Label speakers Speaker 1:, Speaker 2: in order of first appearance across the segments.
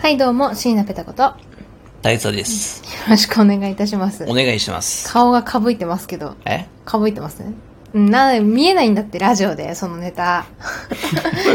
Speaker 1: はい、どうも、椎名ペタこと。よ
Speaker 2: 大佐です。
Speaker 1: ろしくお願いいたします
Speaker 2: お。願いします。
Speaker 1: 顔がかぶいてますけど、
Speaker 2: え
Speaker 1: かぶいてますね。うんな、見えないんだって、ラジオで、そのネ タ。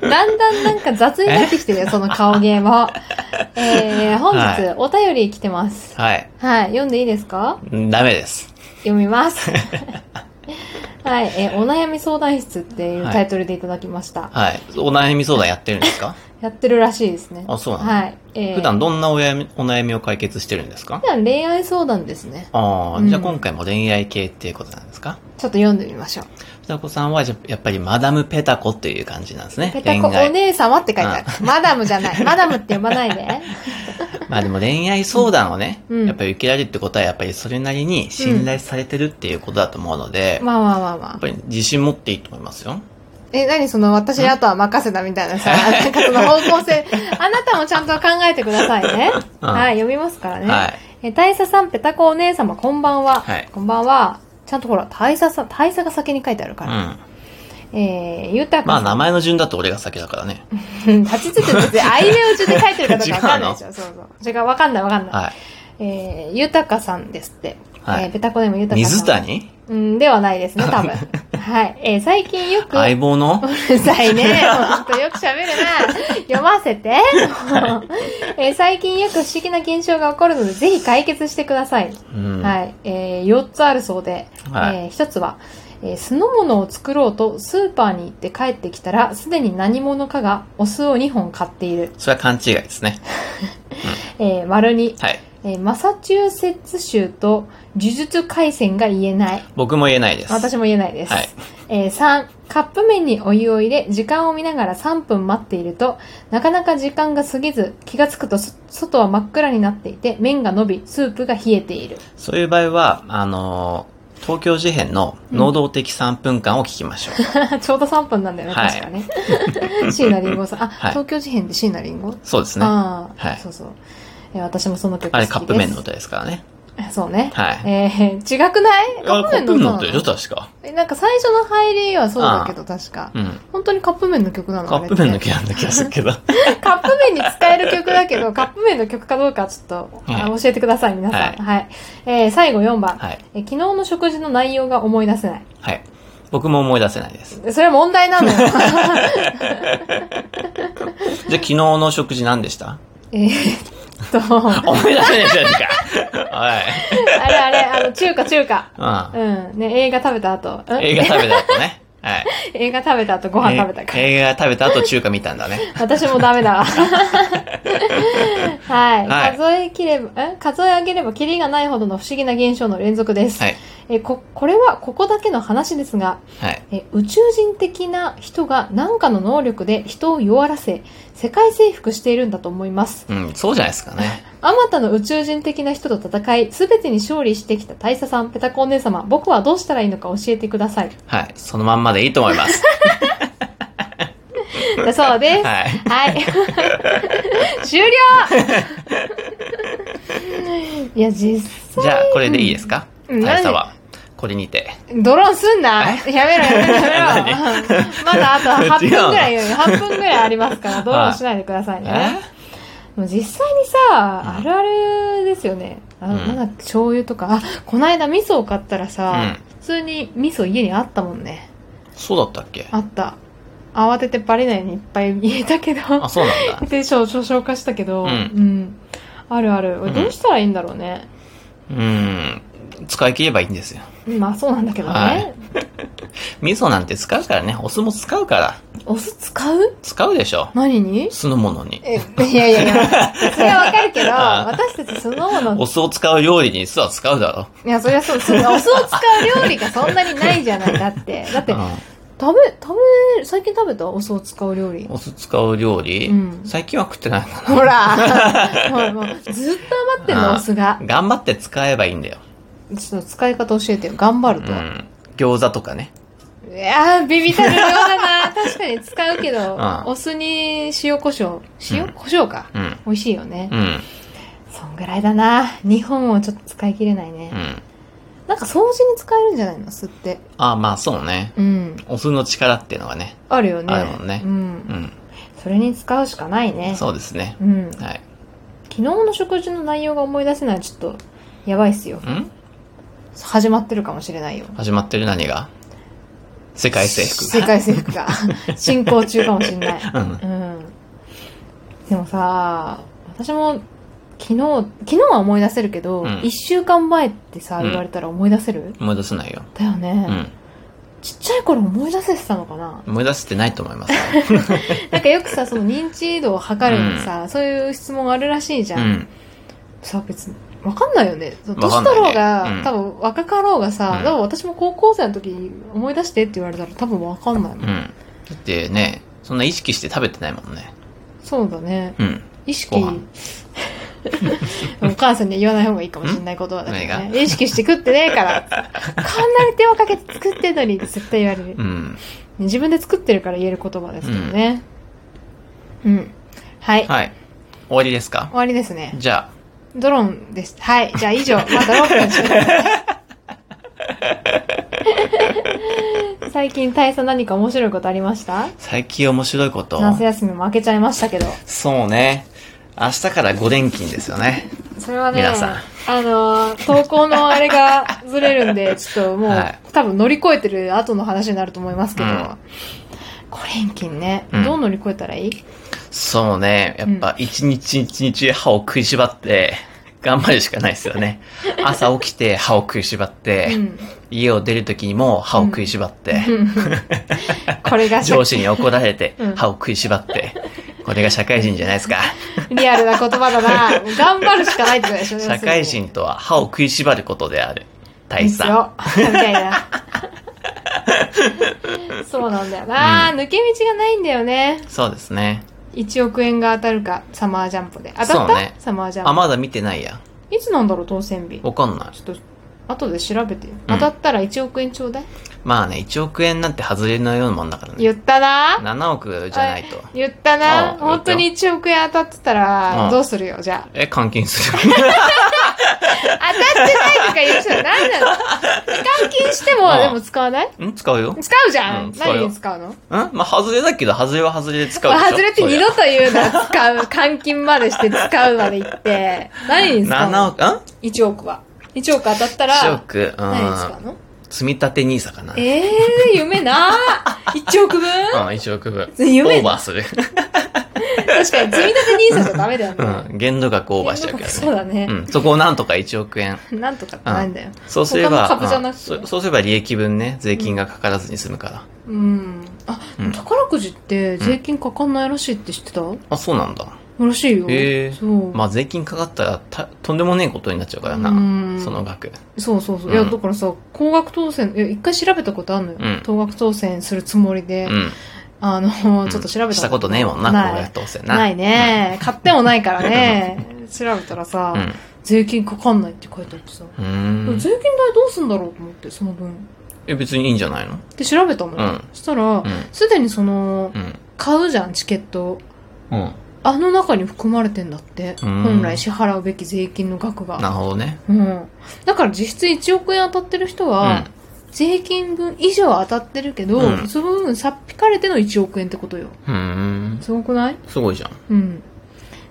Speaker 1: だんだんなんか雑になってきてるよ、その顔芸も。えー、本日、
Speaker 2: は
Speaker 1: お便り来てます。
Speaker 2: はい。
Speaker 1: はい、読んでいいですか
Speaker 2: んダメです。
Speaker 1: 読み ます。はい、えーお悩み相談室っていうタイトルでいただきました。
Speaker 2: はい。お悩み相談やってるんですか
Speaker 1: やってるらしいですね。
Speaker 2: あ、そうなの、
Speaker 1: はい、えー
Speaker 2: 普段どんなお悩みお悩みを解決してるんですか
Speaker 1: 普段恋愛相談ですね。
Speaker 2: ああ、
Speaker 1: うん
Speaker 2: じゃあ今回も恋愛系っていうことなんですか
Speaker 1: ちょっと読んでみましょう。
Speaker 2: ペタコさんはじゃやっぱりマダムペタコっていう感じなんですね。
Speaker 1: ペタコお
Speaker 2: 恋愛。
Speaker 1: 姉様って書いてある。マダムじゃない。マダムって呼ばない で。
Speaker 2: まあでも恋愛相談をね、
Speaker 1: うん
Speaker 2: やっぱり受けられるってことはやっぱりそれなりに信頼されてるっていうことだと思うので、
Speaker 1: まあまあまあ
Speaker 2: やっ
Speaker 1: まあ。
Speaker 2: ぱり自信持っていいと思いますよ。
Speaker 1: え、何その、私あとは任せたみたいなさ、なんかその方向性。あなたもちゃんと考えてくださいね。
Speaker 2: うん
Speaker 1: はい、読みますからね。
Speaker 2: はい。
Speaker 1: え、大佐さん、ペタコお姉様、こんばんは。
Speaker 2: はい
Speaker 1: こんばんは。ちゃんとほら、大佐さん、大佐が先に書いてある
Speaker 2: う
Speaker 1: から。
Speaker 2: ん。
Speaker 1: えー、ゆたくん
Speaker 2: まあ
Speaker 1: さん。
Speaker 2: 名前の順だと俺が先だからね。
Speaker 1: うん立ちつつ別に、あいうえお順で書いてるかどうかわかん ないでしょ。そうそう。違う、わかんないわかんない。
Speaker 2: はい。
Speaker 1: えー、ゆたかさんですって。
Speaker 2: はい
Speaker 1: えーペタコネームゆたかさん。
Speaker 2: 水谷
Speaker 1: うん、ではないですね、 多分。はい。えー最近よく、
Speaker 2: 相棒の
Speaker 1: うるさいね。ほんとよく喋るな。読ませて。 えー最近よく不思議な現象が起こるので、ぜひ解決してください。
Speaker 2: うん
Speaker 1: はい。え4つあるそうで、
Speaker 2: はい
Speaker 1: え1つは、えー酢の物を作ろうとスーパーに行って帰ってきたら、すでに何者かがお酢を2本買っている。
Speaker 2: それは勘違いですね。
Speaker 1: えー丸2、
Speaker 2: はい。
Speaker 1: えーマサチューセッツ州と呪術廻戦が言えない。
Speaker 2: 僕も言えないです。
Speaker 1: 私も言えないです。
Speaker 2: はい
Speaker 1: えー3、カップ麺にお湯を入れ、時間を見ながら3分待っていると、なかなか時間が過ぎず、気がつくとそ外は真っ暗になっていて、麺が伸び、スープが冷えている。
Speaker 2: そういう場合は、あのー東京事変の能動的3分間を聞きましょう。
Speaker 1: ちょうど3分なんだよね、
Speaker 2: はい
Speaker 1: 確かね。 椎名林檎さん。あ、
Speaker 2: はい
Speaker 1: 東京事変で椎名林檎、
Speaker 2: そうですね。あ
Speaker 1: ああ、
Speaker 2: はい
Speaker 1: そうそう。えー私もその曲好き
Speaker 2: れ
Speaker 1: です。
Speaker 2: カップ麺の歌ですからね。
Speaker 1: そうね。
Speaker 2: はい。
Speaker 1: えー、違くないカ
Speaker 2: あ
Speaker 1: ッ
Speaker 2: れ
Speaker 1: プ麺の歌なの
Speaker 2: カップ麺の歌でしょ、確か。
Speaker 1: えなんか最初の入りはそうだけど、確か。
Speaker 2: うん。
Speaker 1: 本当にカップ麺の曲なの
Speaker 2: カ
Speaker 1: あれ
Speaker 2: ッ
Speaker 1: って
Speaker 2: プ麺の気なんだ気がするけ ど。
Speaker 1: カップ麺に使える曲だけど、カップ麺の曲かどうかちょっと、あ
Speaker 2: は
Speaker 1: 教えてください、皆さん。は
Speaker 2: はいい。
Speaker 1: えー最後4番、
Speaker 2: はい。
Speaker 1: えー昨日の食事の内容が思い出せない。
Speaker 2: はい。僕も思い出せないです。
Speaker 1: それは問題なの よ。
Speaker 2: じゃあ昨日の食事何で した
Speaker 1: えーっと、あ
Speaker 2: 思い出せないじゃないか。はい。
Speaker 1: れあれ、あの、中華中華。
Speaker 2: う
Speaker 1: う
Speaker 2: ん。
Speaker 1: ん。ね、映画食べた後。ん
Speaker 2: 映画食べた後ね。 はい。
Speaker 1: 映画食べた後、ご飯食べたから。
Speaker 2: え映画食べた後中華見たんだね。
Speaker 1: 私もダメ だわ。はい、
Speaker 2: はい
Speaker 1: 数え切れば、ん数え上げればキリがないほどの不思議な現象の連続です。
Speaker 2: はい。
Speaker 1: えーこ、これはここだけの話ですが、
Speaker 2: はい。
Speaker 1: え宇宙人的な人が何かの能力で人を弱らせ世界征服しているんだと思います
Speaker 2: うん、そうじゃないですかね。
Speaker 1: あまたの宇宙人的な人と戦い全てに勝利してきた大佐さんペタコお姉様僕はどうしたらいいのか教えてください
Speaker 2: はい。そのまんまでいいと思い ます。
Speaker 1: だそうです
Speaker 2: はい。
Speaker 1: はい、 終了いや実際
Speaker 2: じゃあ、これでいいですか
Speaker 1: うん
Speaker 2: 大佐は。これにて。
Speaker 1: ドローンすんなやめろや めろやめろまだあと8分ぐらいよ8分ぐらいあります からドローンしないでくださいね、
Speaker 2: え
Speaker 1: もう実際にさ、あるあるですよね。あの、
Speaker 2: うん
Speaker 1: なんだっけ醤油とか。あ、こないだ味噌を買ったらさ、
Speaker 2: う
Speaker 1: 普通に味噌家にあったもんね。
Speaker 2: そうだったっけ
Speaker 1: あった。慌ててバレないようにいっぱい 入れたけど、
Speaker 2: あ、そうなんだ。
Speaker 1: で、少々消化したけど、う
Speaker 2: うんん。
Speaker 1: あるある。
Speaker 2: うん
Speaker 1: どうしたらいいんだろうね。
Speaker 2: うん。使い切ればいいんですよ。
Speaker 1: まあそうなんだけどね。
Speaker 2: はい味噌なんて使うからね。お酢も使うから。
Speaker 1: お酢使う
Speaker 2: 使うでしょ。
Speaker 1: 何に
Speaker 2: 酢の物に。
Speaker 1: え、いやいやいや、それはわかるけど、
Speaker 2: あ
Speaker 1: 私たちそのもの
Speaker 2: お酢を使う料理に酢は使うだろ。
Speaker 1: いや、そりゃそう、それお酢を使う料理がそんなにないじゃない。だって、だって
Speaker 2: う、ん
Speaker 1: 食べ、食べ、最近食べたお酢を使う料理。
Speaker 2: お酢使う料理
Speaker 1: うん
Speaker 2: 最近は食ってないか
Speaker 1: ほら もうもうずっと余ってんの、
Speaker 2: あ
Speaker 1: お酢が
Speaker 2: な。。頑張って使えばいいんだよ。
Speaker 1: ちょっと使い方教えてよ。頑張る
Speaker 2: う
Speaker 1: と。
Speaker 2: ん。餃子とかね。
Speaker 1: いやー、ビビたるようだな。 確かに使うけど、
Speaker 2: あ
Speaker 1: お酢に塩胡椒。
Speaker 2: う
Speaker 1: 塩
Speaker 2: ん
Speaker 1: 胡椒か。
Speaker 2: うん。
Speaker 1: 美味しいよね
Speaker 2: う。ん。
Speaker 1: そんぐらいだな。日本をちょっと使い切れないね
Speaker 2: う。ん。
Speaker 1: なんか掃除に使えるんじゃないの酢って。
Speaker 2: あ、まあそうね。
Speaker 1: うん。
Speaker 2: お酢の力っていうのがね。
Speaker 1: あるよね。
Speaker 2: あるもんね
Speaker 1: う。
Speaker 2: うんん。
Speaker 1: それに使うしかないね。
Speaker 2: そうですね。
Speaker 1: うん。
Speaker 2: はい。
Speaker 1: 日の食事の内容が思い出せないちょっと、やばいっすよ。
Speaker 2: ん
Speaker 1: 始まってるかもしれないよ。
Speaker 2: 始まってる何が世界征服
Speaker 1: 世界征服 が。進行中かもしれない。
Speaker 2: うん。
Speaker 1: うん。でもさ、私も、昨日、昨日は思い出せるけど、
Speaker 2: うん
Speaker 1: 一、週間前ってさ、
Speaker 2: うん
Speaker 1: 言われたら思い出せる、
Speaker 2: 思い出せないよ。
Speaker 1: だよね、
Speaker 2: うん。
Speaker 1: ちっちゃい頃思い出せてたのかな
Speaker 2: 思い出せてないと思います。
Speaker 1: なんかよくさ、その 認知度を測るのにさ、そういう質問あるらしいじゃ。
Speaker 2: うんん。
Speaker 1: さ、別に。わかんないよね。年
Speaker 2: わかん
Speaker 1: だ
Speaker 2: ないね
Speaker 1: ろうが、
Speaker 2: うん
Speaker 1: 多分若かろうがさ、
Speaker 2: うん
Speaker 1: 多分私も高校生の時思い出してって言われたら多分わかんないも
Speaker 2: うんん。だってね、そんな意識して食べてないもんね。
Speaker 1: そうだね。
Speaker 2: うん。
Speaker 1: 意識
Speaker 2: ご飯
Speaker 1: お母さんには言わない方がいいかもしれないことはだけど
Speaker 2: 何
Speaker 1: ね。意識して食ってねえから。こんなに手をかけて作ってんのにって絶対言われる
Speaker 2: う。ん。
Speaker 1: 自分で作ってるから言える言葉ですけどね。うん。はい。終
Speaker 2: はい。終わりですか
Speaker 1: わりですね。
Speaker 2: じゃ
Speaker 1: ドローンです。はい。じゃあ以上。まだ6分しか最近大佐何か面白いことありました
Speaker 2: あ、最近面白いこと。
Speaker 1: 夏休みも明けちゃいましたけど。
Speaker 2: そうね。明日から5連勤ですよね。
Speaker 1: それはね、
Speaker 2: 皆さん
Speaker 1: あのー、投稿のあれがずれるん で、ちょっともう、
Speaker 2: はい
Speaker 1: 多分乗り越えてる後の話になると思いますけど、
Speaker 2: うん
Speaker 1: これんきんね、
Speaker 2: うん
Speaker 1: どう乗り越えたらいい
Speaker 2: そうね。やっぱ一日一日歯を食いしばって、頑張るしかないですよね。朝起きて歯を食いしばって、
Speaker 1: うん
Speaker 2: 家を出る時にも歯を食いしばって、
Speaker 1: これが社
Speaker 2: 上司に怒られて
Speaker 1: うん
Speaker 2: 歯を食いしばって、これが社会人じゃない ですか。
Speaker 1: リアルな言葉だな。もう頑張るしかないってことでしょ
Speaker 2: 社会人とは歯を食いしばることである。大
Speaker 1: です
Speaker 2: 佐。
Speaker 1: よ。みたいな。 そうなんだよな、
Speaker 2: う
Speaker 1: 抜け道がないんだよね。
Speaker 2: そうですね。
Speaker 1: 1億円が当たるか、サマージャンプで。当た
Speaker 2: そ
Speaker 1: っ
Speaker 2: う
Speaker 1: た、
Speaker 2: ね
Speaker 1: サマージ
Speaker 2: あ、
Speaker 1: ャン
Speaker 2: まだ見てないや。
Speaker 1: プ。いつなんだろう、当選日。
Speaker 2: わかんない。
Speaker 1: ちょっと、後で調べて。当たったら1億円ちょうだい、
Speaker 2: まあね、1億円なんて外れのようなもんだからね。
Speaker 1: 言ったな
Speaker 2: 7億じゃないと。
Speaker 1: 言ったな
Speaker 2: あ
Speaker 1: 本当に1億円当たってたら
Speaker 2: う、ん
Speaker 1: どうするよ、じゃ
Speaker 2: え、換金する。
Speaker 1: あ。当たってないとか言う人は何なの換金しても、
Speaker 2: うん
Speaker 1: でも使わない
Speaker 2: ん使うよ。
Speaker 1: 使うじゃん、
Speaker 2: うん使うよ
Speaker 1: 何に使うの
Speaker 2: んまあ、外れだけど、外れは外れで使うでしょ。
Speaker 1: 外れって
Speaker 2: そり
Speaker 1: 二
Speaker 2: ゃ
Speaker 1: 度と言うな、使う。換金までして使うまで言って。何に使う
Speaker 2: 7
Speaker 1: の
Speaker 2: 億、ん
Speaker 1: ?1 億は。1億当たったら、
Speaker 2: ?1 億、う。
Speaker 1: 何に使うんの
Speaker 2: 積み立て NISA かな。うん、
Speaker 1: ええー、夢な !1 億分
Speaker 2: 1億分。
Speaker 1: 夢
Speaker 2: オーバーする。
Speaker 1: 確かに、積み立て n i s じゃダメだよ
Speaker 2: う
Speaker 1: ね。
Speaker 2: ん。限度額オーバーしちゃうけどね。
Speaker 1: そうだね
Speaker 2: う。ん。そこをなんとか1億円。
Speaker 1: なんとかってなんだよ。
Speaker 2: そうすれば、
Speaker 1: 他の株じゃなくて
Speaker 2: うんそそうすれば利益分ね、税金がかからずに済むから。
Speaker 1: うん。あ、
Speaker 2: うん
Speaker 1: 宝くじって税金かかんないらしいって知ってた、
Speaker 2: あ、そうなんだ。
Speaker 1: らしいよ。
Speaker 2: へえ
Speaker 1: そう、
Speaker 2: まあ、税金かかったらた、とんでもねえことになっちゃうからな
Speaker 1: うん。
Speaker 2: その額。
Speaker 1: そうそうそう。
Speaker 2: うん
Speaker 1: いや、だからさ、高額当選、いや、一回調べたことあるのよ。
Speaker 2: うん
Speaker 1: 高額当選するつもりで、
Speaker 2: うん。
Speaker 1: あの、ちょっと調べた、
Speaker 2: したことねえもんな、
Speaker 1: ない
Speaker 2: こうやって当選な。
Speaker 1: ないね、買ってもないから ね。調べたらさ、
Speaker 2: うん。
Speaker 1: 税金かかんないって書いてあってさ。
Speaker 2: うーん。
Speaker 1: 税金代どうすんだろうと思って、その分。
Speaker 2: え、別にいいんじゃないの
Speaker 1: で、調べたのよ。
Speaker 2: うん
Speaker 1: そしたら
Speaker 2: う、ん。
Speaker 1: すでにその、
Speaker 2: うん。
Speaker 1: 買うじゃん、チケットを。
Speaker 2: うん。
Speaker 1: あの中に含まれてんだって。
Speaker 2: うん
Speaker 1: 本来支払うべき税金の額
Speaker 2: な
Speaker 1: が。
Speaker 2: るほどね。
Speaker 1: うん。だから実質1億円当たってる人は、税金分以上当たってるけど、
Speaker 2: うん
Speaker 1: その分さっ引かれての1億円ってことよ。
Speaker 2: うん。うん。
Speaker 1: すごくない
Speaker 2: すごいじゃん。
Speaker 1: うん。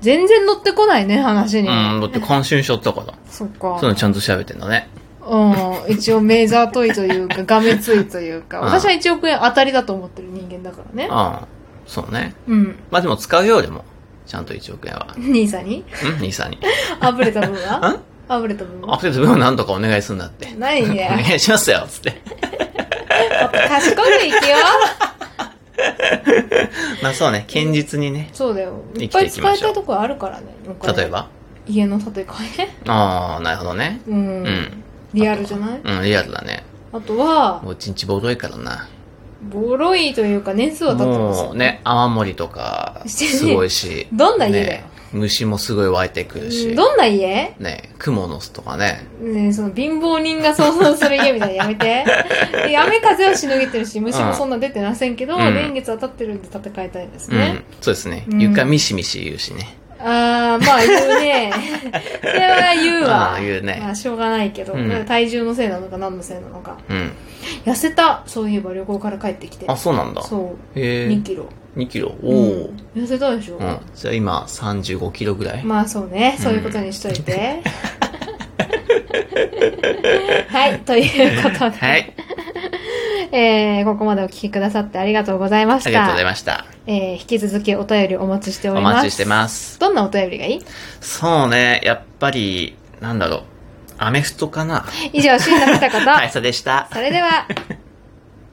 Speaker 1: 全然乗ってこないね、話に。
Speaker 2: うん、だって感心しちゃったから。
Speaker 1: そっか。
Speaker 2: そういうのちゃんと調べてんだね。
Speaker 1: うん。一応メーザー問いという か、画面ついというか、
Speaker 2: うん
Speaker 1: 私は1億円当たりだと思ってる人間だからね。
Speaker 2: ああ、そうね。
Speaker 1: うん。
Speaker 2: まあでも使うよ、でも。ちゃんと1億円は。
Speaker 1: 兄さん に
Speaker 2: うん、兄さんに。
Speaker 1: あぶれた分は
Speaker 2: ん
Speaker 1: あぶれた分
Speaker 2: ア
Speaker 1: は
Speaker 2: クセス分をなんとかお願いするんだって。
Speaker 1: ない
Speaker 2: お
Speaker 1: ね。
Speaker 2: 願いしますよ、つって。
Speaker 1: 賢く 行けよ
Speaker 2: まあそうね、堅実にね。
Speaker 1: そうだよい
Speaker 2: 生
Speaker 1: っ
Speaker 2: き
Speaker 1: ぱ
Speaker 2: て
Speaker 1: い
Speaker 2: いき
Speaker 1: 使
Speaker 2: ま
Speaker 1: い
Speaker 2: しょ
Speaker 1: た
Speaker 2: う
Speaker 1: いとこあるからねお金
Speaker 2: 例えば。
Speaker 1: 家の建て替え
Speaker 2: ああ、なるほどね。
Speaker 1: うん、
Speaker 2: うん。
Speaker 1: リアルじゃない
Speaker 2: うん、リアルだね。
Speaker 1: あとは
Speaker 2: もう一日ボロいからな。
Speaker 1: ボロいというか年数は経ってます
Speaker 2: もうね、雨漏りとか、
Speaker 1: してね
Speaker 2: すごいし。
Speaker 1: どんな家だよ
Speaker 2: ね、虫もすごい湧いてくる
Speaker 1: うん
Speaker 2: し。
Speaker 1: どんな家
Speaker 2: ね、蜘蛛の巣とかね。
Speaker 1: ねえその貧乏人が想像する家みたいなのやめ てで雨風はしのげてるし虫もそんな出てませんけど、
Speaker 2: うん
Speaker 1: 年月は経ってるんで建て替えたいです
Speaker 2: う
Speaker 1: ね
Speaker 2: ん、。そうですね。
Speaker 1: うん
Speaker 2: 床ミシミシ言うしね。
Speaker 1: ああまあ言う ねそれは言うわ
Speaker 2: あー言うね
Speaker 1: まあしょうがないけど、
Speaker 2: うん
Speaker 1: 体重のせいなのか何のせいなのか
Speaker 2: うん。
Speaker 1: 痩せたそういえば旅行から帰ってきて
Speaker 2: あ、そうなんだ。
Speaker 1: そう
Speaker 2: へえ
Speaker 1: 2キロ
Speaker 2: 2キロお
Speaker 1: う
Speaker 2: お
Speaker 1: ん、痩せたでしょ、
Speaker 2: うん、じゃあ今35キロぐらい、
Speaker 1: まあそうね、そういうことにしとい て。はい、ということで、
Speaker 2: はい
Speaker 1: えーここまでお聞きくださってありがとうございました。
Speaker 2: ありがとうございました
Speaker 1: えー引き続きお便りお待ちしてお
Speaker 2: お
Speaker 1: ります。
Speaker 2: 待ちしてます
Speaker 1: どんなお便りがいい
Speaker 2: そうねやっぱりなんだろうアメフトかな
Speaker 1: 以上、新の二方。
Speaker 2: 大佐でした
Speaker 1: それでは、